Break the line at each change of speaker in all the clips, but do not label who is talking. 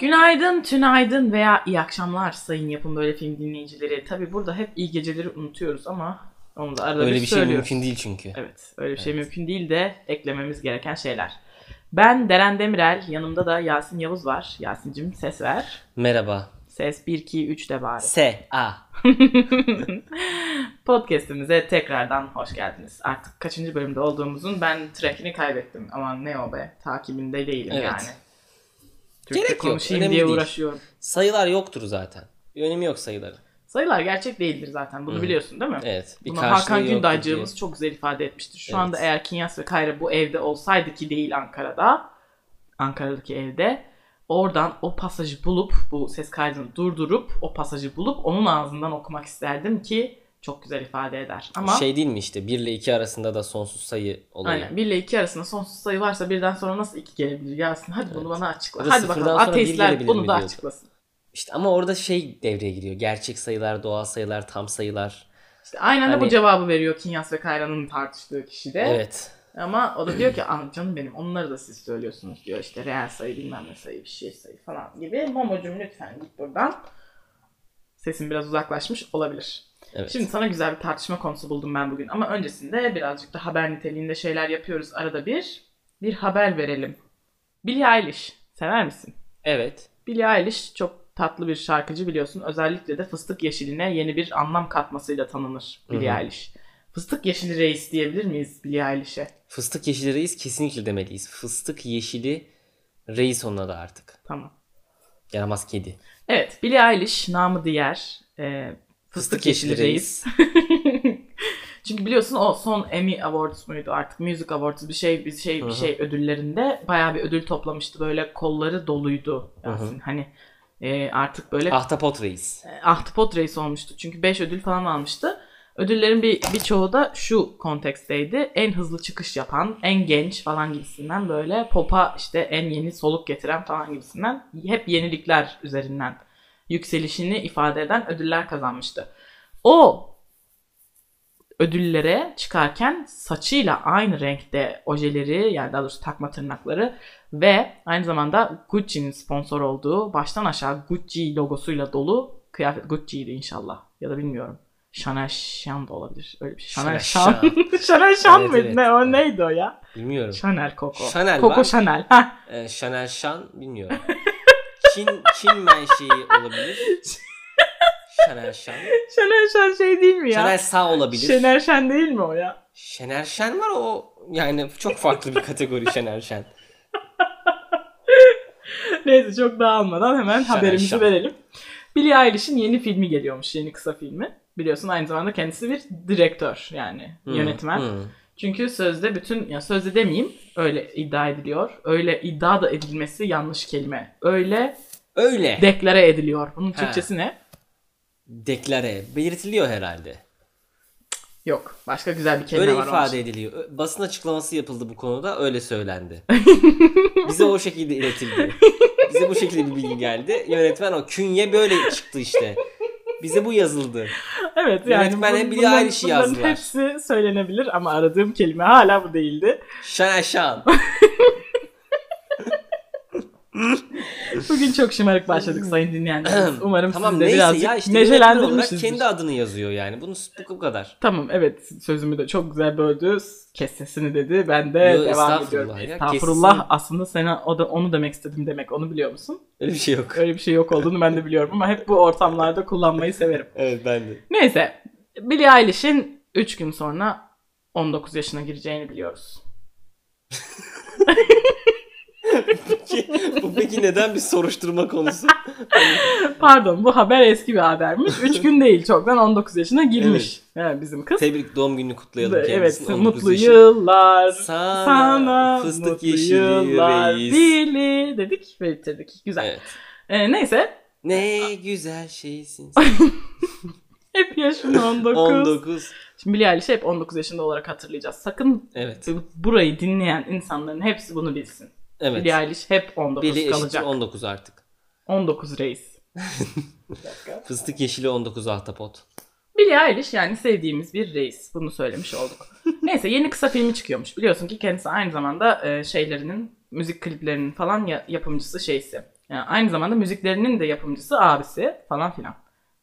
Günaydın, tünaydın veya iyi akşamlar sayın yapım böyle film dinleyicileri. Tabi burada hep iyi geceleri unutuyoruz ama onu da arada
Öyle
bir,
bir şey
söylüyoruz.
mümkün değil çünkü.
Evet, öyle bir şey mümkün değil de eklememiz gereken şeyler. Ben Deren Demirel, yanımda da Yasin Yavuz var. Yasin'cim ses ver.
Merhaba.
Ses 1, 2, 3 de bari.
S A.
Podcast'imize tekrardan hoş geldiniz. Artık kaçıncı bölümde olduğumuzun ben trackini kaybettim. Aman ne o be, takibinde değilim
Evet.
yani. Türkçe
Gerek yok,
konuşayım
önemli
diye
değil.
uğraşıyorum.
Sayılar yoktur zaten. Bir önemi yok sayıların.
Sayılar gerçek değildir zaten. Bunu biliyorsun değil mi?
Evet. Bir
Bunu
karşılığı
Hakan
yoktur
Gündaycığımız çok güzel ifade etmiştir. Şu
Evet.
anda eğer Kinyas ve Kayra bu evde olsaydı ki değil Ankara'da, Ankara'daki evde, oradan o pasajı bulup, bu ses kaydını durdurup, o pasajı bulup onun ağzından okumak isterdim ki çok güzel ifade eder.
diye.
Ama
Şey değil mi işte 1 ile 2 arasında da sonsuz sayı olayı.
aynen, 1 ile 2 arasında sonsuz sayı varsa birden sonra nasıl 2 gelebilir Yasin? Hadi bunu bana açıkla.
Ya da
Hadi
sıfırdan
bakalım
sonra bir
ateistler
gelebilir
bunu
mi
da
diyordu.
açıklasın.
İşte ama orada şey devreye giriyor. Gerçek sayılar, doğal sayılar, tam sayılar.
İşte aynen de bu
Hani-
cevabı veriyor Kinyas ve Kayra'nın tartıştığı kişi de.
Evet.
Ama o da diyor ki "Aa, canım benim onları da siz söylüyorsunuz diyor işte reel sayı bilmem ne sayı bir şey sayı falan gibi. Momocum lütfen git buradan. Sesin biraz uzaklaşmış olabilir.
Evet.
Şimdi sana güzel bir tartışma konusu buldum ben bugün ama öncesinde birazcık da haber niteliğinde şeyler yapıyoruz arada bir. Bir haber verelim. Billie Eilish sever misin?
Evet.
Billie Eilish çok tatlı bir şarkıcı biliyorsun. Özellikle de fıstık yeşiline yeni bir anlam katmasıyla tanınır Billie
Hı hı.
Eilish. Fıstık yeşili reis diyebilir miyiz Billie Eilish'e?
Fıstık yeşili reis kesinlikle demeliyiz. Fıstık yeşili reis onun adı artık.
Tamam.
Yaramaz kedi.
Evet, Billie Eilish namı diğer e, fıstık, yeşili reis. Çünkü biliyorsun o son Emmy Awards muydu artık Music Awards bir şey bir şey
Hı
bir
hı.
şey ödüllerinde bayağı bir ödül toplamıştı böyle kolları doluydu
Hı Ah. hı.
Yasin. Hani e, artık böyle
Ahtapot reis.
e, Ahtapot reis olmuştu. Çünkü 5 ödül falan almıştı. Ödüllerin bir birçoğu da şu konteksteydi. En hızlı çıkış yapan, en genç falan gibisinden böyle popa işte en yeni soluk getiren falan gibisinden hep yenilikler üzerinden yükselişini ifade eden ödüller kazanmıştı. O ödüllere çıkarken saçıyla aynı renkte ojeleri yani daha doğrusu takma tırnakları ve aynı zamanda Gucci'nin sponsor olduğu baştan aşağı Gucci logosuyla dolu kıyafet Gucci'ydi inşallah ya da bilmiyorum. Chanel Chan da olabilir. Öyle bir şey. Chanel
Chanel
Chan. Chanel Chan
Evet,
mıydı?
evet.
Ne, o neydi o ya?
Bilmiyorum.
Chanel Coco.
Chanel
Coco
var.
Chanel. Heh.
Ee, Chanel Şan bilmiyorum. Çin Çin menşei olabilir. Chanel Şan.
Chanel Chan şey değil mi ya?
Chanel Sa olabilir.
Chanel Chan değil mi o ya?
Şener Şen var o yani çok farklı bir kategori Şener Şen.
Neyse çok dağılmadan hemen
Şen
haberimizi
şen.
verelim. Billie Eilish'in yeni filmi geliyormuş. Yeni kısa filmi. Biliyorsun aynı zamanda kendisi bir direktör yani
Hı,
yönetmen.
hı.
Çünkü sözde bütün ya sözde demeyeyim öyle iddia ediliyor. Öyle iddia da edilmesi yanlış kelime. Öyle
Öyle
deklare ediliyor. Bunun
Ha.
Türkçesi ne?
deklare belirtiliyor herhalde.
Yok. Başka güzel bir kelime
Öyle
var. onun
ifade
için.
ediliyor. Ö- Basın açıklaması yapıldı bu konuda öyle söylendi. Bize o şekilde iletildi. Bize bu şekilde bir bilgi geldi. Yönetmen o künye böyle çıktı işte. Bize bu yazıldı.
Evet yani
Yönetmen
bun-
hep Billie
bunların-
Eilish'i
bunların
yazdılar.
hepsi söylenebilir ama aradığım kelime hala bu değildi.
Şener Şan.
Bugün çok şımarık başladık sayın dinleyenlerimiz. Umarım
tamam
siz de
neyse
birazcık
ya işte yönetmen olarak
neşelendirmişsinizdir.
kendi adını yazıyor yani. Bunu bu- bu kadar.
Tamam evet sözümü de çok güzel böldü. Kes sesini dedi. Ben de
Yo,
devam
estağfurullah
ediyorum.
ya, kes
estağfurullah
sesini.
aslında sana o da, onu demek istedim demek. Onu biliyor musun?
Öyle bir şey yok.
Öyle bir şey yok olduğunu ben de biliyorum ama hep bu ortamlarda kullanmayı severim.
Evet ben de.
Neyse Billie Eilish'in 3 gün sonra 19 yaşına gireceğini biliyoruz.
Peki, bu peki neden bir soruşturma konusu?
Pardon bu haber eski bir habermiş. 3 gün değil çoktan 19 yaşına girmiş. Yani bizim kız.
Tebrik doğum gününü kutlayalım
Evet
kendisini. 19
mutlu
yaşı-
yıllar.
Sana,
Sana
fıstık
mutlu
yeşili
yıllar
reis.
dili dedik ve bitirdik. Güzel.
Evet.
Ee, neyse.
Ne güzel şeysin.
Hep yaşın 19.
19.
Şimdi Billie Eilish'i hep 19 yaşında olarak hatırlayacağız. Sakın
Evet.
burayı dinleyen insanların hepsi bunu bilsin.
Evet.
Billie Eilish hep 19
Biri eşittir
kalacak.
19 artık.
19 reis.
Fıstık yeşili 19 ahtapot.
Billie Eilish yani sevdiğimiz bir reis. Bunu söylemiş olduk. Neyse yeni kısa filmi çıkıyormuş. Biliyorsun ki kendisi aynı zamanda e, şeylerinin, müzik kliplerinin falan ya- yapımcısı şeysi. E, Yani aynı zamanda müziklerinin de yapımcısı abisi falan filan.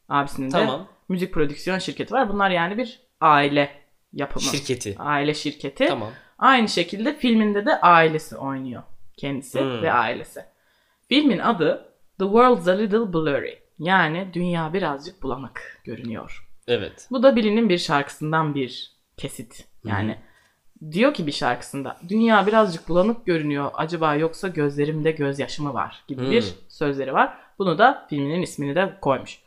Abisinin de
Tamam.
müzik prodüksiyon şirketi var. Bunlar yani bir aile yapımı.
Şirketi.
aile şirketi.
Tamam.
Aynı şekilde filminde de ailesi oynuyor. Kendisi
Hmm.
ve ailesi. Filmin adı The World's a Little Blurry. Yani dünya birazcık bulanık görünüyor.
Evet.
Bu da Billy'nin bir şarkısından bir kesit. Yani diyor ki bir şarkısında dünya birazcık bulanık görünüyor. Acaba yoksa gözlerimde gözyaşı mı var gibi
Hmm.
bir sözleri var. Bunu da filminin ismini de koymuş.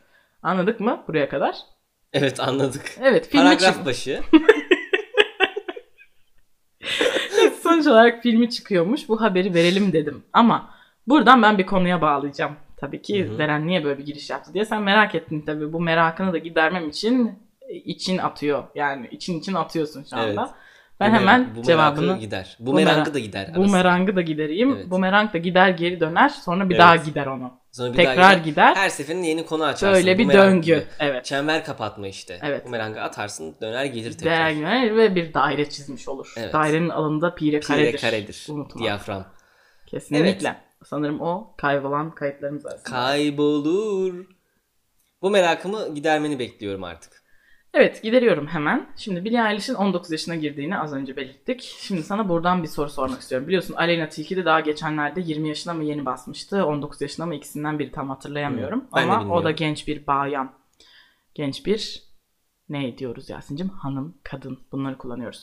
Anladık mı buraya kadar?
Evet anladık.
Evet filmi çık-
Paragraf başı.
Sonuç olarak filmi çıkıyormuş. Bu haberi verelim dedim. Ama buradan ben bir konuya bağlayacağım. Tabii ki
Hı hı.
Deren niye böyle bir giriş yaptı diye sen merak ettin tabii. Bu merakını da gidermem için e, için atıyor. Yani için için atıyorsun şu anda.
Evet.
Ben
Bu
hemen
merak- bu
cevabını
merakı gider. Bu,
Bu
merakı
merak-
da gider.
bu
arasında.
merangı da gidereyim.
Evet.
Bu merang da gider geri döner. Sonra bir
Evet.
daha gider onu.
Sonra bir daha
Tekrar
gider.
gider.
Her seferinde yeni konu açarsın.
Böyle
Bu
bir
merak
döngü.
gibi.
Evet.
Çember kapatma işte.
Evet.
Bu merangı atarsın döner gelir tekrar.
Değer
Pire
güvenir ve bir daire çizmiş olur.
Evet.
Dairenin alanında pire karedir.
karedir. karedir.
Unutma.
Diyafram.
Kesinlikle. Sanırım o kaybolan kayıtlarımız arasında.
Kaybolur. Bu merakımı gidermeni bekliyorum artık.
Evet gideriyorum hemen. Şimdi Billie Eilish'in 19 yaşına girdiğini az önce belirttik. Şimdi sana buradan bir soru sormak istiyorum. Biliyorsun Aleyna Tilki de daha geçenlerde 20 yaşına mı yeni basmıştı, 19 yaşına mı ikisinden biri tam hatırlayamıyorum.
Hı, Hmm, ben de
Ama
bilmiyorum.
o da genç bir bayan. Genç bir ne diyoruz Yasin'cim? Hanım, kadın bunları kullanıyoruz.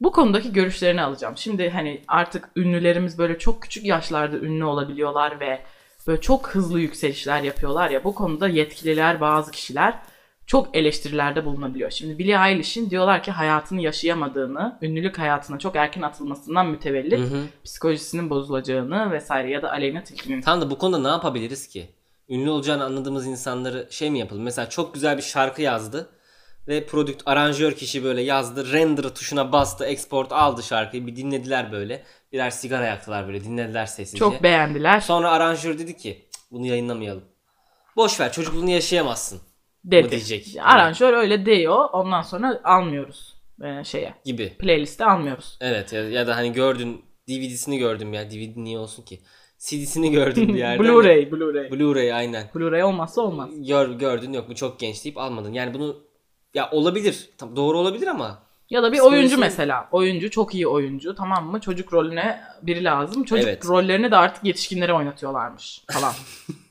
Bu konudaki görüşlerini alacağım. Şimdi hani artık ünlülerimiz böyle çok küçük yaşlarda ünlü olabiliyorlar ve böyle çok hızlı yükselişler yapıyorlar ya. Bu konuda yetkililer, bazı kişiler çok eleştirilerde bulunabiliyor. Şimdi Billie Eilish'in diyorlar ki hayatını yaşayamadığını, ünlülük hayatına çok erken atılmasından mütevellit
Hı hı.
psikolojisinin bozulacağını vesaire ya da Aleyna Tilki'nin.
Tam da bu konuda ne yapabiliriz ki? Ünlü olacağını anladığımız insanları şey mi yapalım? Mesela çok güzel bir şarkı yazdı ve prodükt aranjör kişi böyle yazdı. Render tuşuna bastı, export aldı şarkıyı. Bir dinlediler böyle. Birer sigara yaktılar böyle. Dinlediler sessizce.
Çok beğendiler
Sonra aranjör dedi ki "Cık, bunu yayınlamayalım. Boş ver çocukluğunu yaşayamazsın
dedi.
Bu diyecek.
Aranjör öyle diyor. Ondan sonra almıyoruz e, şeye.
gibi.
Playlist'e almıyoruz.
Evet ya, ya da hani gördün DVD'sini gördüm ya DVD niye olsun ki? CD'sini gördüm bir yerde. Hani
Blu-ray, Blu-ray.
Blu-ray aynen.
Blu-ray olmazsa olmaz.
Gör, gördün yok bu çok genç deyip almadın. Yani bunu ya olabilir. Tam doğru olabilir ama
Ya da bir
Psikolojisi-
oyuncu mesela. Oyuncu çok iyi oyuncu tamam mı? Çocuk rolüne biri lazım. Çocuk
Evet.
rollerini de artık yetişkinlere oynatıyorlarmış falan.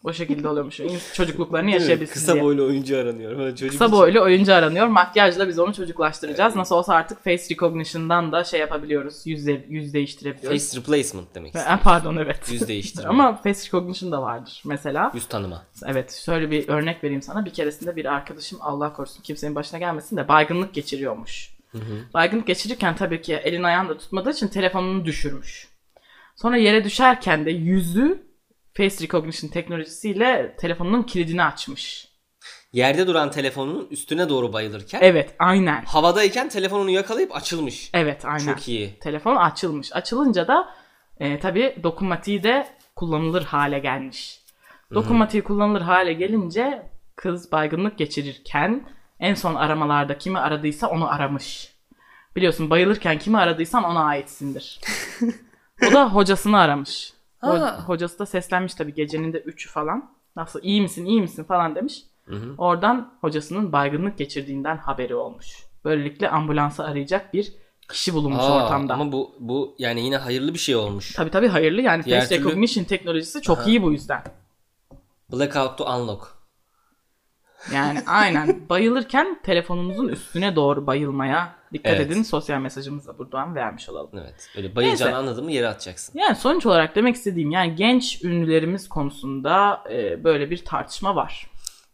o şekilde oluyormuş. İns- Çocukluklarını
Değil mi?
yaşayabilsin
kısa
diye.
boylu oyuncu aranıyor. Böyle çocuk
Kısa
için-
boylu oyuncu aranıyor. Makyajla biz onu çocuklaştıracağız. Nasıl olsa artık face recognition'dan da şey yapabiliyoruz. Yüz, de- yüz değiştirebiliyoruz.
Face replacement demek.
Ha, Pardon evet.
Yüz değiştirme.
Ama face recognition da vardır mesela.
Yüz tanıma.
Evet şöyle bir örnek vereyim sana. Bir keresinde bir arkadaşım Allah korusun kimsenin başına gelmesin de baygınlık geçiriyormuş.
Hı hı.
Baygınlık geçirirken tabii ki elin ayağını da tutmadığı için telefonunu düşürmüş. Sonra yere düşerken de yüzü face recognition teknolojisiyle telefonunun kilidini açmış.
Yerde duran telefonun üstüne doğru bayılırken
Evet aynen.
havadayken telefonunu yakalayıp açılmış.
Evet aynen.
Çok iyi.
Telefon açılmış. Açılınca da e, tabii dokunmatiği de kullanılır hale gelmiş. Dokunmatiği kullanılır hale gelince kız baygınlık geçirirken en son aramalarda kimi aradıysa onu aramış. Biliyorsun bayılırken kimi aradıysan ona aitsindir. o da hocasını aramış. Ho-
Ha.
hocası da seslenmiş tabii gecenin de 3'ü falan. Nasıl iyi misin iyi misin falan demiş.
Hı hı.
Oradan hocasının baygınlık geçirdiğinden haberi olmuş. Böylelikle ambulansı arayacak bir kişi bulunmuş
Aa,
ortamda.
Ama bu bu yani yine hayırlı bir şey olmuş.
Tabii tabii hayırlı yani
Diğer
face
türlü-
recognition teknolojisi çok
Aha.
iyi bu yüzden.
Blackout to unlock.
Yani aynen bayılırken telefonumuzun üstüne doğru bayılmaya dikkat
Evet.
edin. Sosyal mesajımızı da buradan vermiş olalım.
Evet. Böyle bayılacağını
Neyse.
anladın mı yere atacaksın.
Yani sonuç olarak demek istediğim yani genç ünlülerimiz konusunda e, böyle bir tartışma var.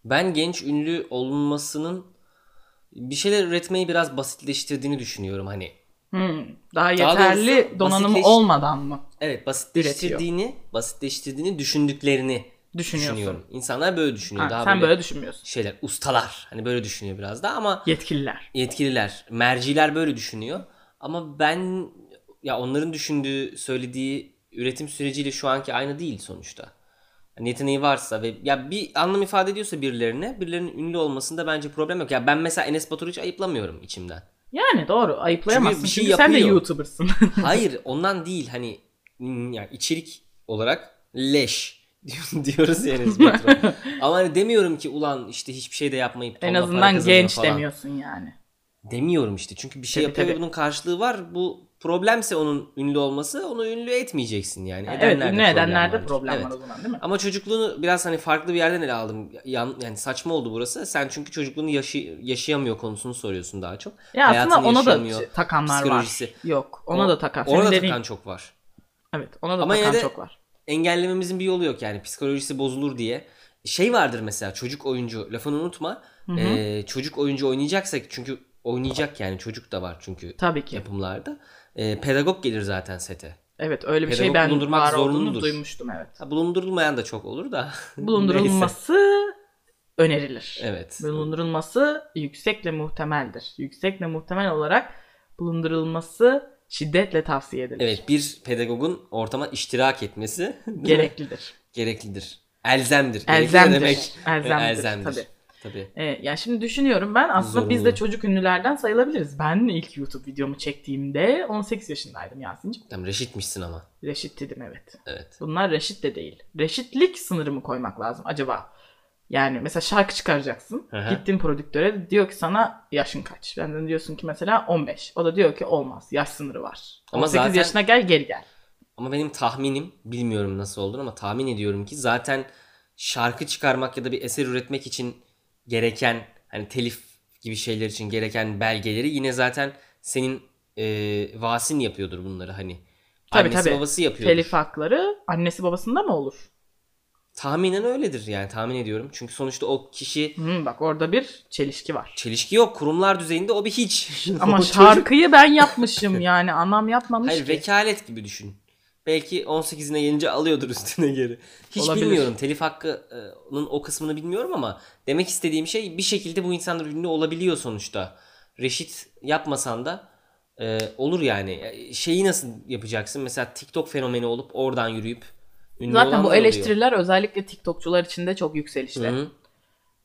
Ben genç ünlü olunmasının bir şeyler üretmeyi biraz basitleştirdiğini düşünüyorum hani.
Hmm, daha
Daha
yeterli
doğrusu
donanımı
basitleş-
olmadan mı
Evet, basitleştirdiğini, basitleştirdiğini düşündüklerini
düşünüyorsun?
düşünüyorum. İnsanlar böyle düşünüyor.
Ha,
Ee, Daha
sen
böyle,
böyle düşünmüyorsun.
şeyler ustalar hani böyle düşünüyor biraz da ama
Yetkililer.
yetkililer, merciler böyle düşünüyor. Ama ben ya onların düşündüğü, söylediği üretim süreciyle şu anki aynı değil sonuçta. Yani yeteneği varsa ve ya bir anlam ifade ediyorsa birilerine, birilerinin ünlü olmasında bence problem yok. Ya ben mesela Enes Batur'u hiç ayıplamıyorum içimden.
Yani doğru ayıplayamazsın.
Çünkü bir şey
Çünkü sen de
yapıyor.
YouTuber'sın.
Hayır, ondan değil hani hmm, ya içerik olarak leş. Diyor- diyoruz yani biz patron. Ama hani demiyorum ki ulan işte hiçbir şey de yapmayıp
En
tonla para
azından
kazanıyor
genç
falan."
demiyorsun yani.
Demiyorum işte. Çünkü bir şey
Tabii,
yapıyor ve
tabii.
bunun karşılığı var. Bu problemse onun ünlü olması onu ünlü etmeyeceksin yani.
evet ünlü edenlerde
vardır.
problem
Evet.
var o zaman değil mi?
Ama çocukluğunu biraz hani farklı bir yerden ele aldım. Yan, yani saçma oldu burası. Sen çünkü çocukluğunu yaşı, yaşayamıyor konusunu soruyorsun daha çok.
Ya aslında
Hayatını
ona
yaşayamıyor.
da takanlar var.
Psikolojisi.
Yok ona
O-
da takan.
Ona da
Senin dediğin-
takan çok var.
Evet ona da
Ama yine
takan
de-
çok var.
engellememizin bir yolu yok yani psikolojisi bozulur diye. Şey vardır mesela çocuk oyuncu lafını unutma.
Hı hı.
Ee, çocuk oyuncu oynayacaksak çünkü oynayacak yani çocuk da var çünkü
Tabii ki.
yapımlarda. Ee, pedagog gelir zaten sete.
Evet öyle bir şey
Pedagog
ben
bulundurmak
var olduğunu
zorunludur.
duymuştum evet.
Ha, bulundurulmayan da çok olur da. Neyse.
Bulundurulması önerilir.
Evet.
Bulundurulması yüksekle muhtemeldir. Yüksekle muhtemel olarak bulundurulması şiddetle tavsiye edilir.
Evet bir pedagogun ortama iştirak etmesi değil mi?
Gereklidir.
gereklidir. Elzemdir. Gerekli ne
Elzemdir.
demek?
Elzemdir.
Elzemdir.
Tabii.
Tabii.
Ee, ya şimdi düşünüyorum ben aslında biz de
Zorunlu.
çocuk ünlülerden sayılabiliriz. Ben ilk YouTube videomu çektiğimde 18 yaşındaydım Yasin'cim.
Tamam reşitmişsin ama.
Reşit dedim evet.
Evet.
Bunlar reşit de değil. Reşitlik sınırımı koymak lazım acaba? Yani mesela şarkı çıkaracaksın.
Hı hı.
Gittin prodüktöre diyor ki sana yaşın kaç? Benden diyorsun ki mesela 15. O da diyor ki olmaz. Yaş sınırı var.
Ama
18
zaten-
yaşına gel geri gel.
Ama benim tahminim bilmiyorum nasıl olduğunu ama tahmin ediyorum ki zaten şarkı çıkarmak ya da bir eser üretmek için gereken hani telif gibi şeyler için gereken belgeleri yine zaten senin e, vasin yapıyordur bunları hani.
Tabii,
Annesi
tabii.
babası yapıyordur.
Telif hakları annesi babasında mı olur?
Tahminen öyledir yani tahmin ediyorum. Çünkü sonuçta o kişi
Hmm, bak orada bir çelişki var.
çelişki yok. Kurumlar düzeyinde o bir hiç. O
Ama
çocuk-
şarkıyı ben yapmışım yani anam yapmamış
Hayır
ki.
vekalet gibi düşün. Belki 18'ine gelince alıyordur üstüne geri. Hiç
Olabilir.
bilmiyorum. Telif hakkının o kısmını bilmiyorum ama demek istediğim şey bir şekilde bu insanlar ünlü olabiliyor sonuçta. Reşit yapmasan da e, olur yani. E, Şeyi nasıl yapacaksın? Mesela TikTok fenomeni olup oradan yürüyüp ünlü
Zaten bu
olanlar oluyor.
eleştiriler özellikle TikTokçular için de çok yükselişte.
Hı hı.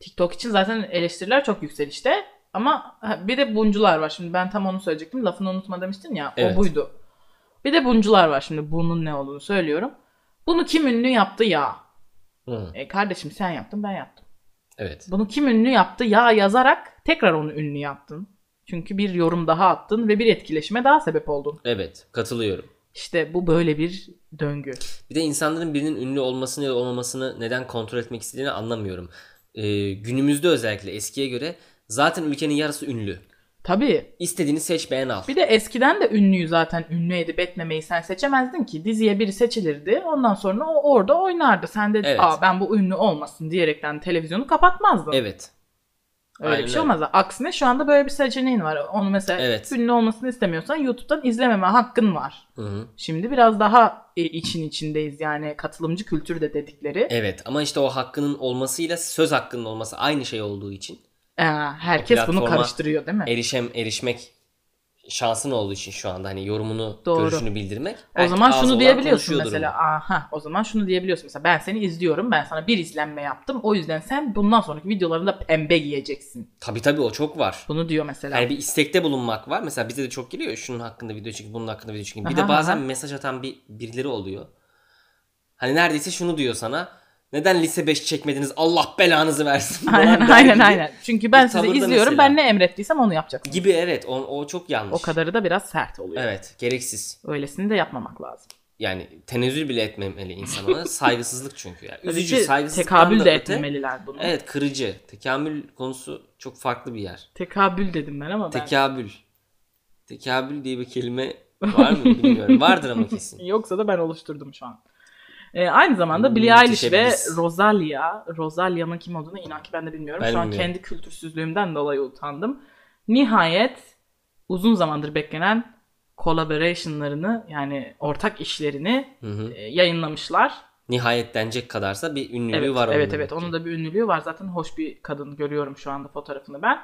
TikTok için zaten eleştiriler çok yükselişte. Ama ha, bir de buncular var. Şimdi ben tam onu söyleyecektim. Lafını unutma demiştin ya.
Evet.
O buydu. Bir de buncular var şimdi. Bunun ne olduğunu söylüyorum. Bunu kim ünlü yaptı ya?
Hı.
E kardeşim sen yaptın ben yaptım.
Evet.
Bunu kim ünlü yaptı ya yazarak tekrar onu ünlü yaptın. Çünkü bir yorum daha attın ve bir etkileşime daha sebep oldun.
Evet. Katılıyorum.
İşte bu böyle bir döngü.
Bir de insanların birinin ünlü olmasını ya da olmamasını neden kontrol etmek istediğini anlamıyorum. Ee, günümüzde özellikle eskiye göre zaten ülkenin yarısı ünlü.
Tabii.
İstediğini seç beğen al.
Bir de eskiden de ünlüyü zaten ünlü edip etmemeyi sen seçemezdin ki. Diziye biri seçilirdi. Ondan sonra o orada oynardı. Sen de
Evet.
aa ben bu ünlü olmasın diyerekten televizyonu kapatmazdın.
Evet.
öyle
aynen
bir şey
öyle.
olmaz. Aksine şu anda böyle bir seçeneğin var. Onu mesela
Evet.
ünlü olmasını istemiyorsan YouTube'dan izlememe hakkın var.
Hı hı.
Şimdi biraz daha e, için içindeyiz yani katılımcı kültür de dedikleri.
Evet ama işte o hakkının olmasıyla söz hakkının olması aynı şey olduğu için
Ee, herkes bunu
Platforma
karıştırıyor değil mi?
erişem erişmek şansın olduğu için şu anda hani yorumunu
Doğru.
görüşünü bildirmek.
O
Belki
zaman
az
şunu
olan
diyebiliyorsun
konuşuyordur
mesela. Aha, o zaman şunu diyebiliyorsun mesela. Ben seni izliyorum. Ben sana bir izlenme yaptım. O yüzden sen bundan sonraki videolarında pembe giyeceksin.
bunu. Tabii tabii o çok var.
Bunu diyor mesela.
Yani Hani bir istekte bulunmak var. Mesela bize de çok geliyor. Şunun hakkında video çekin, bunun hakkında video çekin. Bir
Aha,
de bazen
aha.
mesaj atan bir birileri oluyor. Hani neredeyse şunu diyor sana. Neden lise 5 çekmediniz? Allah belanızı versin. falan
aynen
der
aynen
gibi.
aynen. Çünkü ben
Bir
sizi
tavırda
izliyorum.
mesela.
Ben ne emrettiysem onu yapacaksın.
Gibi evet. O, o çok yanlış.
O kadarı da biraz sert oluyor.
Evet. Gereksiz.
Öylesini de yapmamak lazım.
Yani tenezzül bile etmemeli insan ona. Saygısızlık çünkü. Yani.
Tabii
Üzücü.
ki
Saygısızlık.
tekabül de etmemeliler bunu.
Evet. Kırıcı. Tekamül konusu çok farklı bir yer.
Tekabül dedim ben ama ben.
Tekabül. Tekabül diye bir kelime var mı bilmiyorum. Vardır ama kesin.
Yoksa da ben oluşturdum şu an. Ee, aynı zamanda Billie
Hmm,
Eilish ve
müteşebbis.
Rosalia, Rosalia'nın kim olduğunu inan ki ben de bilmiyorum.
Ben
şu an
bilmiyorum.
kendi kültürsüzlüğümden dolayı utandım. Nihayet uzun zamandır beklenen collaboration'larını yani ortak işlerini
Hı hı.
e, yayınlamışlar.
Nihayet denecek kadarsa bir ünlülüğü
Evet,
var onun.
evet, evet. Onun da bir ünlülüğü var. Zaten hoş bir kadın görüyorum şu anda fotoğrafını ben.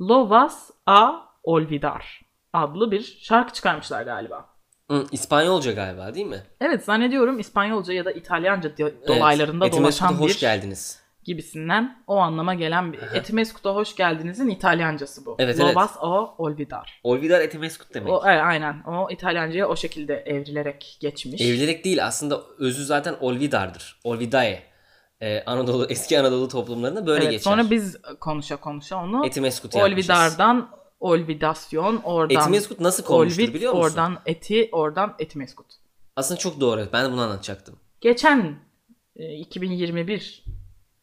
Lovas A. Olvidar adlı bir şarkı çıkarmışlar galiba.
Hı, İspanyolca galiba değil mi?
Evet zannediyorum İspanyolca ya da İtalyanca di- dolaylarında
evet. Etimesgut'a
dolaşan
hoş
bir
geldiniz.
gibisinden o anlama gelen bir.
Aha.
Etimescuta hoş geldiniz'in İtalyancası bu.
Evet, evet.
Lovas o olvidar.
Olvidar etimeskut demek.
O, e, aynen. O İtalyancaya o şekilde evrilerek geçmiş.
Evlilik değil aslında özü zaten Olvidar'dır. Olvidae. Ee, Anadolu eski Anadolu toplumlarında böyle
Evet,
geçer.
Sonra biz konuşa konuşa onu
Etimeskut'u yapmışız.
Olvidar'dan Olvidasyon oradan
Etimeskut nasıl konmuştur
Olvid
biliyor musun?
oradan eti oradan Etimeskut.
Aslında çok doğru. Ben de bunu anlatacaktım.
Geçen e, 2021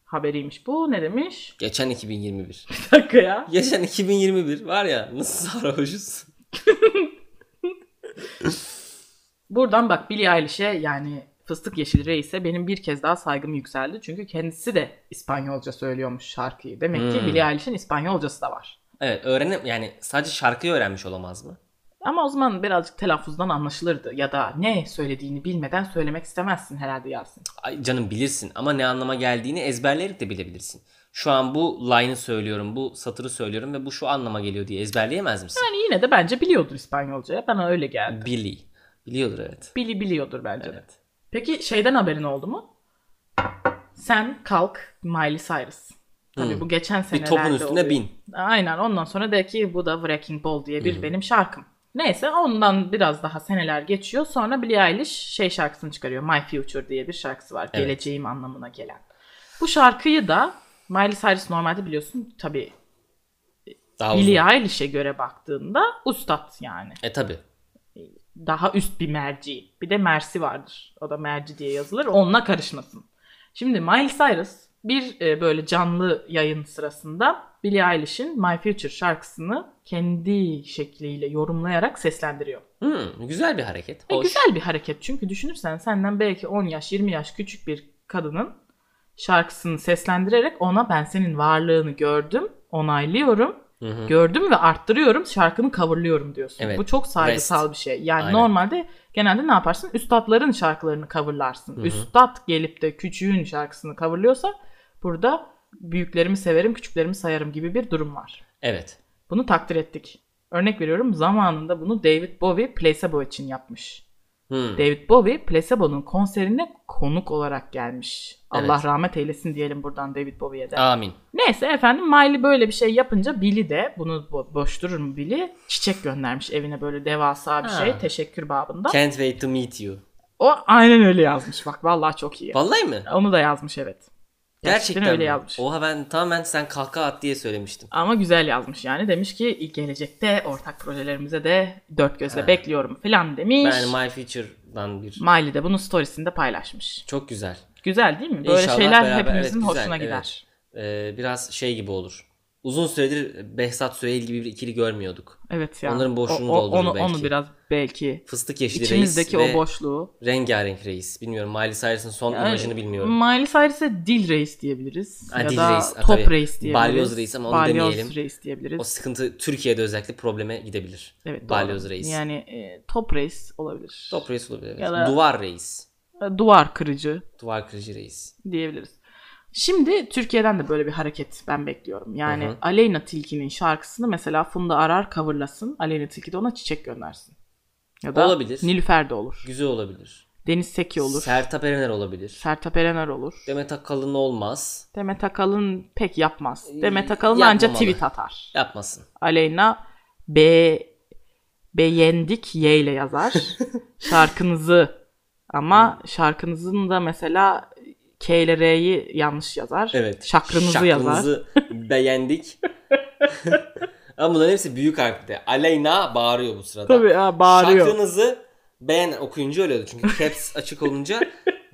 haberiymiş bu. Ne demiş?
Geçen 2021.
Bir dakika ya.
Geçen 2021 var ya nasıl sarhoşuz.
Buradan bak Billie Eilish'e yani Fıstık Yeşil Reis'e benim bir kez daha saygım yükseldi. Çünkü kendisi de İspanyolca söylüyormuş şarkıyı. Demek ki
Hmm.
Billie Eilish'in İspanyolcası da var.
Evet öğrenim yani sadece şarkıyı öğrenmiş olamaz mı?
Ama o zaman birazcık telaffuzdan anlaşılırdı. Ya da ne söylediğini bilmeden söylemek istemezsin herhalde Yasin.
Ay canım bilirsin ama ne anlama geldiğini ezberleyerek de bilebilirsin. Şu an bu line'ı söylüyorum, bu satırı söylüyorum ve bu şu anlama geliyor diye ezberleyemez misin?
Yani yine de bence biliyordur İspanyolcayı. Bana öyle geldi.
Billy. Biliyordur evet.
Bili biliyordur bence de.
Evet.
Peki şeyden haberin oldu mu? Sen kalk Miley Cyrus. Tabii
Hmm.
bu geçen
Bir
senelerde
topun üstüne
oluyor.
bin.
Aynen ondan sonra de ki bu da Wrecking Ball diye bir
Hı hı.
benim şarkım. Neyse ondan biraz daha seneler geçiyor. Sonra Billie Eilish şey şarkısını çıkarıyor. My Future diye bir şarkısı var.
Evet.
Geleceğim anlamına gelen. Bu şarkıyı da Miley Cyrus normalde biliyorsun tabii
Daha uzun.
Billie Eilish'e göre baktığında ustad yani.
E tabi.
Daha üst bir merci. Bir de mersi vardır. O da merci diye yazılır. Onunla karışmasın. Şimdi Miley Cyrus bir e, böyle canlı yayın sırasında Billie Eilish'in My Future şarkısını kendi şekliyle yorumlayarak seslendiriyor.
Hmm, güzel bir hareket.
E,
Hoş.
güzel bir hareket çünkü düşünürsen senden belki 10 yaş 20 yaş küçük bir kadının şarkısını seslendirerek ona ben senin varlığını gördüm, onaylıyorum
Hı hı.
gördüm ve arttırıyorum şarkımı coverlıyorum diyorsun.
Evet.
Bu çok saygısal bir şey. Yani
Aynen.
normalde genelde ne yaparsın? Üstatların şarkılarını coverlarsın.
Hı hı.
Üstad gelip de küçüğün şarkısını coverlıyorsa burada büyüklerimi severim küçüklerimi sayarım gibi bir durum var.
Evet.
Bunu takdir ettik. Örnek veriyorum zamanında bunu David Bowie Placebo için yapmış.
Hmm.
David Bowie Placebo'nun konserine konuk olarak gelmiş.
Evet.
Allah rahmet eylesin diyelim buradan David Bowie'ye de.
Amin.
Neyse efendim Miley böyle bir şey yapınca Billy de bunu bo- boş durur mu Billy çiçek göndermiş evine böyle devasa bir
Ha.
şey teşekkür babında.
Can't wait to meet you.
o aynen öyle yazmış bak vallahi çok iyi.
Vallahi mi?
Onu da yazmış evet.
Gerçekten
öyle
mi?
yazmış.
Oha ben tamamen sen kahkaha at diye söylemiştim.
Ama güzel yazmış yani demiş ki gelecekte ortak projelerimize de dört gözle
Ha.
bekliyorum falan demiş.
Ben My Future'dan bir.
Miley de bunu storiesinde paylaşmış.
Çok güzel.
Güzel değil mi? Böyle
İnşallah
şeyler
beraber-
hepimizin
evet, güzel,
hoşuna
evet.
gider.
Ee, biraz şey gibi olur. Uzun süredir Behzat Süheyl gibi bir ikili görmüyorduk.
Evet ya.
Onların boşluğunu doldurur
onu, Onu
belki.
biraz belki
Fıstık yeşili
içimizdeki
reis
o
ve
boşluğu
rengarenk reis. Bilmiyorum Miley Cyrus'ın son
Yani
imajını bilmiyorum.
Miley Cyrus'e dil reis diyebiliriz.
Ha,
ya
dil
da
reis, ha,
top
tabii.
reis diyebiliriz.
Balyoz reis ama onu
Balyoz
demeyelim.
reis diyebiliriz.
O sıkıntı Türkiye'de özellikle probleme gidebilir.
evet,
balyoz
doğru.
reis.
Yani e, top reis olabilir.
Top reis olabilir.
Ya da-
Duvar reis.
E, Duvar kırıcı
Duvar kırıcı reis.
diyebiliriz. Şimdi Türkiye'den de böyle bir hareket ben bekliyorum. Yani
Hı hı.
Aleyna Tilki'nin şarkısını mesela Funda Arar coverlasın. Aleyna Tilki de ona çiçek göndersin. Ya da
Olabilir.
Nilüfer de olur.
Güzel olabilir.
Deniz Seki olur.
Sertab Erener olabilir.
Sertab Erener olur.
Demet Akalın olmaz.
Demet Akalın pek yapmaz.
Ee,
Demet Akalın anca
yapmamalı.
tweet atar.
Yapmasın.
Aleyna B beğendik Y ile yazar. Şarkınızı ama
Hmm.
şarkınızın da mesela K ile R'yi yanlış yazar.
Evet.
Şakrınızı, yazar.
Şakrınızı beğendik. Ama bunların hepsi büyük harfte. Aleyna bağırıyor bu sırada.
Tabii ha, bağırıyor.
Şakrınızı beğen okuyunca öyle oluyor. Çünkü caps açık olunca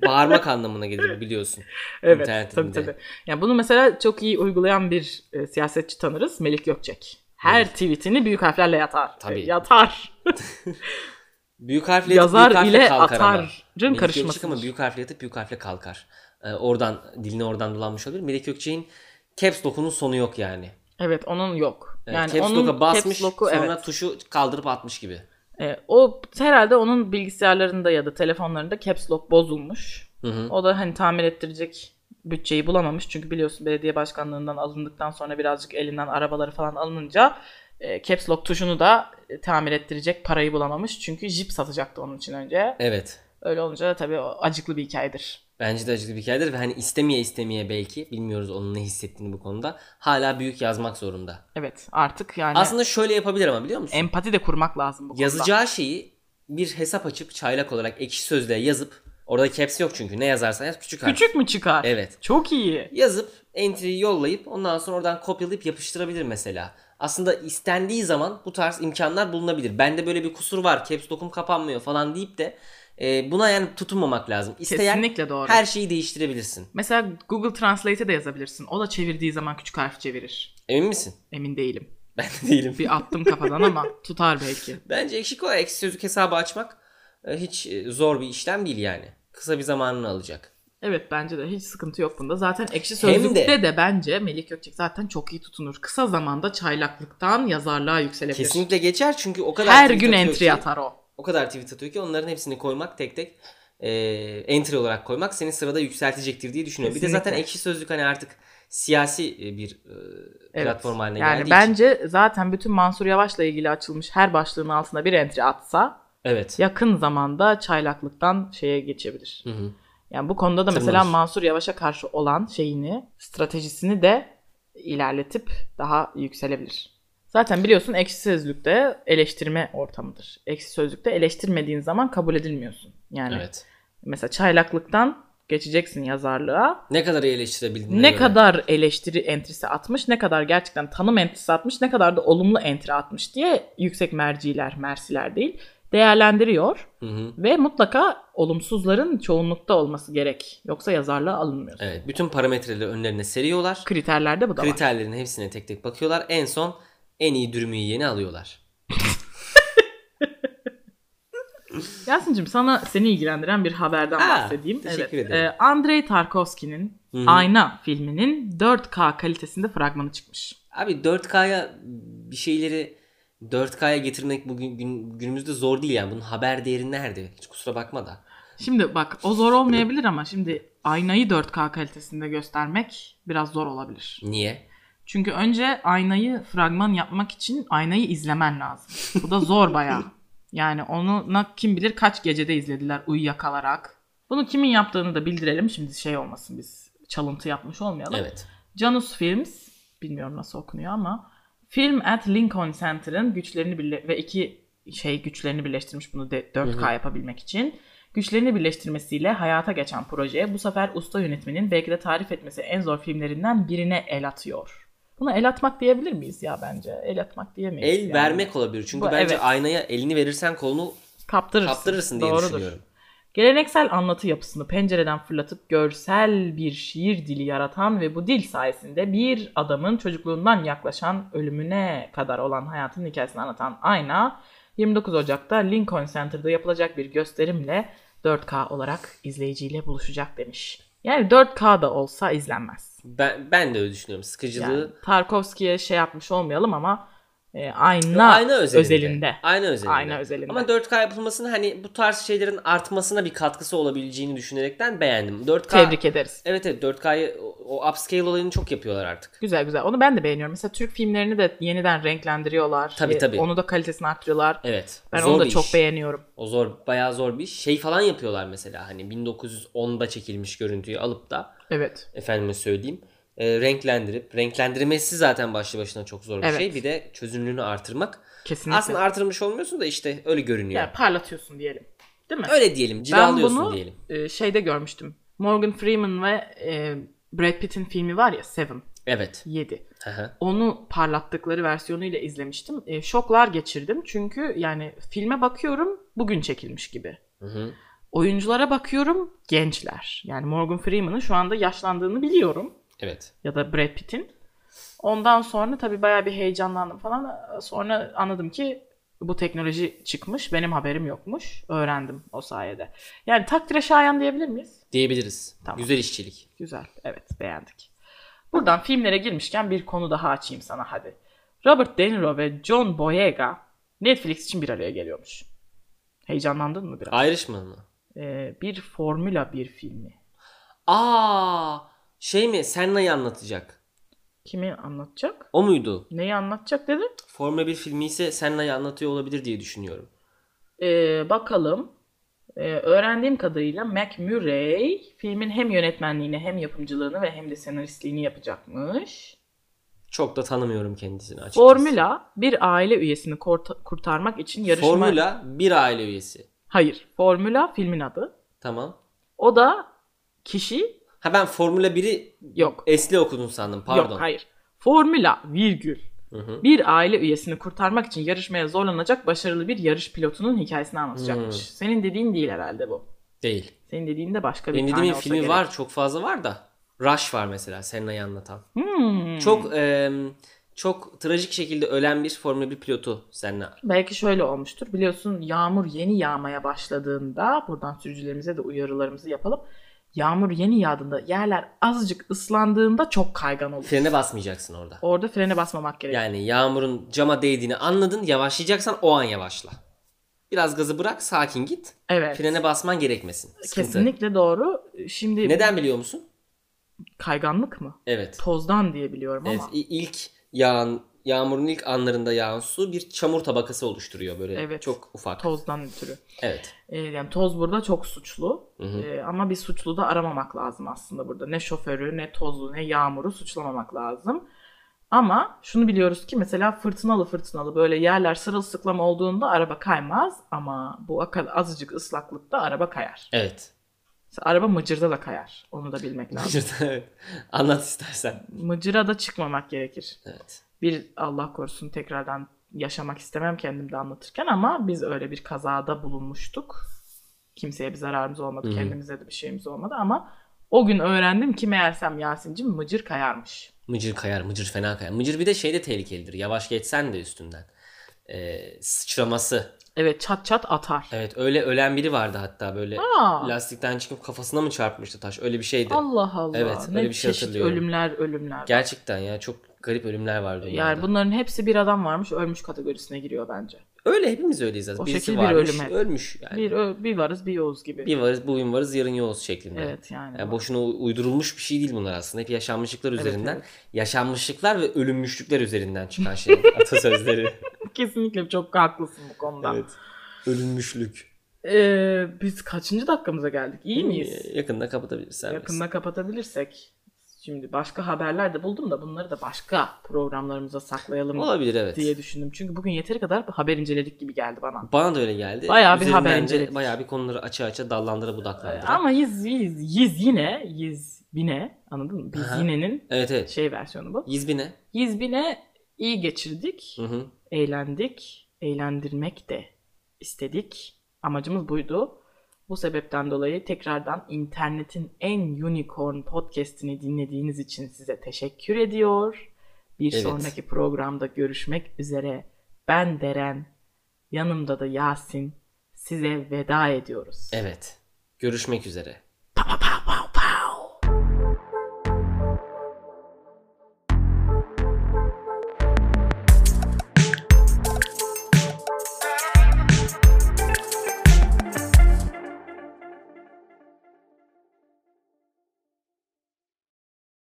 bağırmak anlamına gelir bu biliyorsun.
evet tabii
internetinde.
tabii. Yani bunu mesela çok iyi uygulayan bir e, siyasetçi tanırız. Melik Gökçek. Her tweetini büyük harflerle yatar.
Tabii.
E, yatar.
Büyük harfle yatıp
Yazar
büyük harfle
ile
kalkar ama.
atarın
Melek Gökçek ama
karışması.
büyük harfle yatıp büyük harfle kalkar. Ee, oradan dilini oradan dolanmış olabilir. Melek Gökçek'in caps lock'unun sonu yok yani.
Evet onun yok.
Evet,
yani
caps
onun
lock'a basmış
caps lock'u,
sonra
evet.
tuşu kaldırıp atmış gibi.
E, o herhalde onun bilgisayarlarında ya da telefonlarında caps lock bozulmuş.
Hı hı.
O da hani tamir ettirecek bütçeyi bulamamış. Çünkü biliyorsun belediye başkanlığından alındıktan sonra birazcık elinden arabaları falan alınınca e, caps lock tuşunu da e, tamir ettirecek parayı bulamamış. Çünkü jip satacaktı onun için önce.
Evet.
Öyle olunca da tabii o acıklı bir hikayedir.
Bence de acıklı bir hikayedir ve hani istemeye istemeye belki bilmiyoruz onun ne hissettiğini bu konuda hala büyük yazmak zorunda.
Evet artık yani
Aslında şöyle yapabilir ama biliyor musun?
empati de kurmak lazım bu konuda.
Yazacağı şeyi bir hesap açıp çaylak olarak ekşi sözlüğe yazıp orada caps yok çünkü ne yazarsan yaz küçük harf.
Küçük mü çıkar?
Evet.
Çok iyi.
Yazıp entry'yi yollayıp ondan sonra oradan kopyalayıp yapıştırabilir mesela. Aslında istendiği zaman bu tarz imkanlar bulunabilir. Bende böyle bir kusur var. Caps lock'um kapanmıyor falan deyip de e, buna yani tutunmamak lazım. İsteyen
Kesinlikle doğru.
her şeyi değiştirebilirsin.
Mesela Google Translate'e de yazabilirsin. O da çevirdiği zaman küçük harf çevirir.
Emin misin?
Emin değilim.
Ben de değilim.
Bir attım kafadan ama tutar belki.
Bence ekşi kolay. Ekşi sözlük hesabı açmak e, hiç e, zor bir işlem değil yani. Kısa bir zamanını alacak.
Evet bence de hiç sıkıntı yok bunda. Zaten ekşi
Hem de-
sözlükte de, bence Melih Gökçek zaten çok iyi tutunur. Kısa zamanda çaylaklıktan yazarlığa yükselebilir.
Kesinlikle geçer çünkü o kadar
Her
tweet
gün
atıyor
entry
ki-
atar o.
O kadar tweet atıyor ki onların hepsini koymak tek tek e, entry olarak koymak seni sırada yükseltecektir diye düşünüyorum. Bir de
Kesinlikle.
zaten ekşi sözlük hani artık siyasi e, bir e,
Evet.
platform haline
Yani
geldiği için.
bence zaten bütün Mansur Yavaş'la ilgili açılmış her başlığın altına bir entry atsa
Evet.
yakın zamanda çaylaklıktan şeye geçebilir.
Hı hı.
Yani bu konuda da mesela
Tırmanır.
Mansur Yavaş'a karşı olan şeyini, stratejisini de ilerletip daha yükselebilir. Zaten biliyorsun ekşi sözlükte eleştirme ortamıdır. Ekşi sözlükte eleştirmediğin zaman kabul edilmiyorsun. Yani
Evet.
mesela çaylaklıktan geçeceksin yazarlığa.
Ne kadar iyi eleştirebildiğine
ne
göre.
kadar eleştiri entrisi atmış, ne kadar gerçekten tanım entrisi atmış, ne kadar da olumlu entri atmış diye yüksek merciler, mersiler değil değerlendiriyor.
Hı hı.
Ve mutlaka olumsuzların çoğunlukta olması gerek. Yoksa yazarlığa alınmıyor.
Evet. Bütün parametreleri önlerine seriyorlar.
Kriterlerde bu da var.
Kriterlerin hepsine tek tek bakıyorlar. En son en iyi dürümü yeni alıyorlar.
Yasin'cim sana seni ilgilendiren bir haberden
Aa,
bahsedeyim.
teşekkür
evet.
ederim.
Ee, Andrei Tarkovski'nin
Hı hı.
Ayna filminin 4K kalitesinde fragmanı çıkmış.
Abi 4K'ya bir şeyleri 4K'ya getirmek bugün gün- günümüzde zor değil yani. Bunun haber değeri nerede? Hiç kusura bakma da.
Şimdi bak o zor olmayabilir ama şimdi aynayı 4K kalitesinde göstermek biraz zor olabilir.
Niye?
Çünkü önce aynayı fragman yapmak için aynayı izlemen lazım. Bu da zor bayağı. Yani onu na- kim bilir kaç gecede izlediler uyuyakalarak. Bunu kimin yaptığını da bildirelim. Şimdi şey olmasın biz çalıntı yapmış olmayalım.
Evet.
Janus Films, bilmiyorum nasıl okunuyor ama Film at Lincoln Center'ın güçlerini birle- ve iki şey güçlerini birleştirmiş bunu de- 4K
Hı hı.
yapabilmek için. Güçlerini birleştirmesiyle hayata geçen projeye bu sefer usta yönetmenin belki de tarif etmesi en zor filmlerinden birine el atıyor. Buna el atmak diyebilir miyiz ya bence? El atmak diyemeyiz.
El
yani.
vermek olabilir. Çünkü
Bu-
bence
evet.
aynaya elini verirsen kolunu
kaptırırsın,
kaptırırsın diye
Doğrudur.
düşünüyorum.
Geleneksel anlatı yapısını pencereden fırlatıp görsel bir şiir dili yaratan ve bu dil sayesinde bir adamın çocukluğundan yaklaşan ölümüne kadar olan hayatın hikayesini anlatan Ayna 29 Ocak'ta Lincoln Center'da yapılacak bir gösterimle 4K olarak izleyiciyle buluşacak demiş. Yani 4K da olsa izlenmez.
Ben, ben de öyle düşünüyorum.
Yani
Sıkıcılığı
Tarkovski'ye şey yapmış olmayalım ama e, Ayna,
ayna özelinde.
özelinde.
Ayna özelinde.
Ayna özelinde.
Ama 4K yapılmasını hani bu tarz şeylerin artmasına bir katkısı olabileceğini düşünerekten beğendim. 4K
Tebrik ederiz.
Evet evet 4K'yı o, o upscale olayını çok yapıyorlar artık.
Güzel güzel. Onu ben de beğeniyorum. Mesela Türk filmlerini de yeniden renklendiriyorlar.
Tabii,
Ee,
tabii.
Onu da kalitesini arttırıyorlar.
Evet.
Ben
zor
onu da
bir
çok
iş.
beğeniyorum.
O zor bayağı zor bir iş. şey falan yapıyorlar mesela hani 1910'da çekilmiş görüntüyü alıp da
Evet.
efendime söyleyeyim e, renklendirip renklendirmesi zaten başlı başına çok zor bir
Evet.
şey. Bir de çözünürlüğünü artırmak.
Kesinlikle.
Aslında artırmış olmuyorsun da işte öyle görünüyor.
yani parlatıyorsun diyelim. Değil mi?
Öyle diyelim.
ben
Cilalıyorsun
bunu
diyelim.
e, şeyde görmüştüm. Morgan Freeman ve e, Brad Pitt'in filmi var ya Seven,
Evet.
7.
Aha.
onu parlattıkları versiyonuyla izlemiştim. E, şoklar geçirdim çünkü yani filme bakıyorum bugün çekilmiş gibi.
Hı hı.
Oyunculara bakıyorum gençler. Yani Morgan Freeman'ın şu anda yaşlandığını biliyorum.
Evet.
ya da Brad Pitt'in. Ondan sonra tabii bayağı bir heyecanlandım falan. Sonra anladım ki bu teknoloji çıkmış. Benim haberim yokmuş. Öğrendim o sayede. Yani takdire şayan diyebilir miyiz?
Diyebiliriz.
Tamam.
Güzel işçilik.
Güzel. Evet beğendik. Buradan filmlere girmişken bir konu daha açayım sana hadi. Robert De Niro ve John Boyega Netflix için bir araya geliyormuş. Heyecanlandın mı biraz?
Ayrışma mı?
Ee, bir Formula 1 filmi.
Aa, şey mi? Senna'yı anlatacak.
Kimi anlatacak?
O muydu?
Neyi anlatacak dedim.
Formula 1 filmi ise Senna'yı anlatıyor olabilir diye düşünüyorum.
Ee, bakalım. Ee, öğrendiğim kadarıyla Mac Murray filmin hem yönetmenliğini hem yapımcılığını ve hem de senaristliğini yapacakmış.
Çok da tanımıyorum kendisini açıkçası.
Formula bir aile üyesini korta- kurtarmak için yarışma...
Formula bir aile üyesi.
Hayır. Formula filmin adı.
Tamam.
O da kişi
Ha ben Formula 1'i
yok.
esli okudun E sandım pardon.
Yok hayır. Formula virgül
Hı hı.
bir aile üyesini kurtarmak için yarışmaya zorlanacak başarılı bir yarış pilotunun hikayesini anlatacakmış.
Hmm.
Senin dediğin değil herhalde bu.
Değil.
Senin dediğin de başka bir
Benim
tane
dediğim
olsa
filmi
gerek.
var çok fazla var da. Rush var mesela Senna'yı anlatan.
Hmm.
Çok e, çok trajik şekilde ölen bir Formula 1 pilotu Senna.
Belki şöyle olmuştur. Biliyorsun yağmur yeni yağmaya başladığında buradan sürücülerimize de uyarılarımızı yapalım. Yağmur yeni yağdığında yerler azıcık ıslandığında çok kaygan olur.
Frene basmayacaksın orada.
Orada frene basmamak gerekiyor.
Yani yağmurun cama değdiğini anladın. Yavaşlayacaksan o an yavaşla. Biraz gazı bırak, sakin git.
evet.
Frene basman gerekmesin. Sıkıntı.
Kesinlikle doğru. Şimdi
Neden biliyor musun?
kayganlık mı?
Evet.
Tozdan diye biliyorum
Evet,
ama.
i- ilk yağan yağmurun ilk anlarında yağan su bir çamur tabakası oluşturuyor böyle
Evet.
çok ufak.
Tozdan ötürü.
Evet.
Ee, yani toz burada çok suçlu.
Hı hı.
Ee, ama bir suçlu da aramamak lazım aslında burada. Ne şoförü, ne tozu, ne yağmuru suçlamamak lazım. Ama şunu biliyoruz ki mesela fırtınalı fırtınalı böyle yerler sırılsıklam olduğunda araba kaymaz ama bu aka- azıcık ıslaklıkta araba kayar.
Evet.
Mesela araba mıcırda da kayar. Onu da bilmek lazım.
Evet. Anlat istersen.
Mıcıra da çıkmamak gerekir.
Evet.
Bir Allah korusun tekrardan yaşamak istemem kendimde anlatırken ama biz öyle bir kazada bulunmuştuk. Kimseye bir zararımız olmadı,
Hı hı.
kendimize de bir şeyimiz olmadı ama o gün öğrendim ki meğersem Yasin'cim mıcır kayarmış.
Mıcır kayar, mıcır fena kayar. Mıcır bir de şey de tehlikelidir. Yavaş geçsen de üstünden. Ee, sıçraması.
Evet çat çat atar.
Evet öyle ölen biri vardı hatta böyle
Aa,
lastikten çıkıp kafasına mı çarpmıştı taş? Öyle bir şeydi.
Allah Allah.
Evet,
ne
öyle bir şey
çeşit
hatırlıyorum.
ölümler ölümler.
Gerçekten ya çok garip ölümler vardı.
yani
onlarda.
bunların hepsi bir adam varmış ölmüş kategorisine giriyor bence.
Öyle hepimiz öyleyiz zaten.
O
Birisi
şekil bir
varmış,
ölüm hep.
ölmüş yani.
Bir, ö- bir varız bir yoğuz gibi.
Bir varız, bugün varız, yarın yoğuz şeklinde.
Evet yani.
Yani E, boşuna u- uydurulmuş bir şey değil bunlar aslında. Hep yaşanmışlıklar
Evet,
üzerinden.
evet.
Yaşanmışlıklar ve ölünmüşlükler üzerinden çıkan şeyler. atasözleri.
Kesinlikle çok haklısın bu konuda.
evet. Ölünmüşlük.
Ee, biz kaçıncı dakikamıza geldik? İyi miyiz?
E, Yakında kapatabiliriz. serbest.
Yakında kapatabilirsek. Şimdi başka haberler de buldum da bunları da başka programlarımıza saklayalım
Olabilir evet.
diye düşündüm. Çünkü bugün yeteri kadar haber inceledik gibi geldi bana.
Bana da öyle geldi.
Bayağı bir
Üzerinden
haber
de
inceledik.
Bayağı bir konuları açı açı dallandıra budaklandıra.
Ama yiz, yiz, yiz yine, yiz bine anladın mı? Biz
Aha.
yine'nin
Evet evet.
şey versiyonu bu.
Yizbi ne?
Yiz bine iyi geçirdik,
Hı hı.
eğlendik, eğlendirmek de istedik. Amacımız buydu. Bu sebepten dolayı tekrardan internetin en unicorn podcastini dinlediğiniz için size teşekkür ediyor. Bir
Evet.
sonraki programda görüşmek üzere. Ben Deren, yanımda da Yasin. Size veda ediyoruz.
Evet. Görüşmek üzere.
Pa, pa, pa.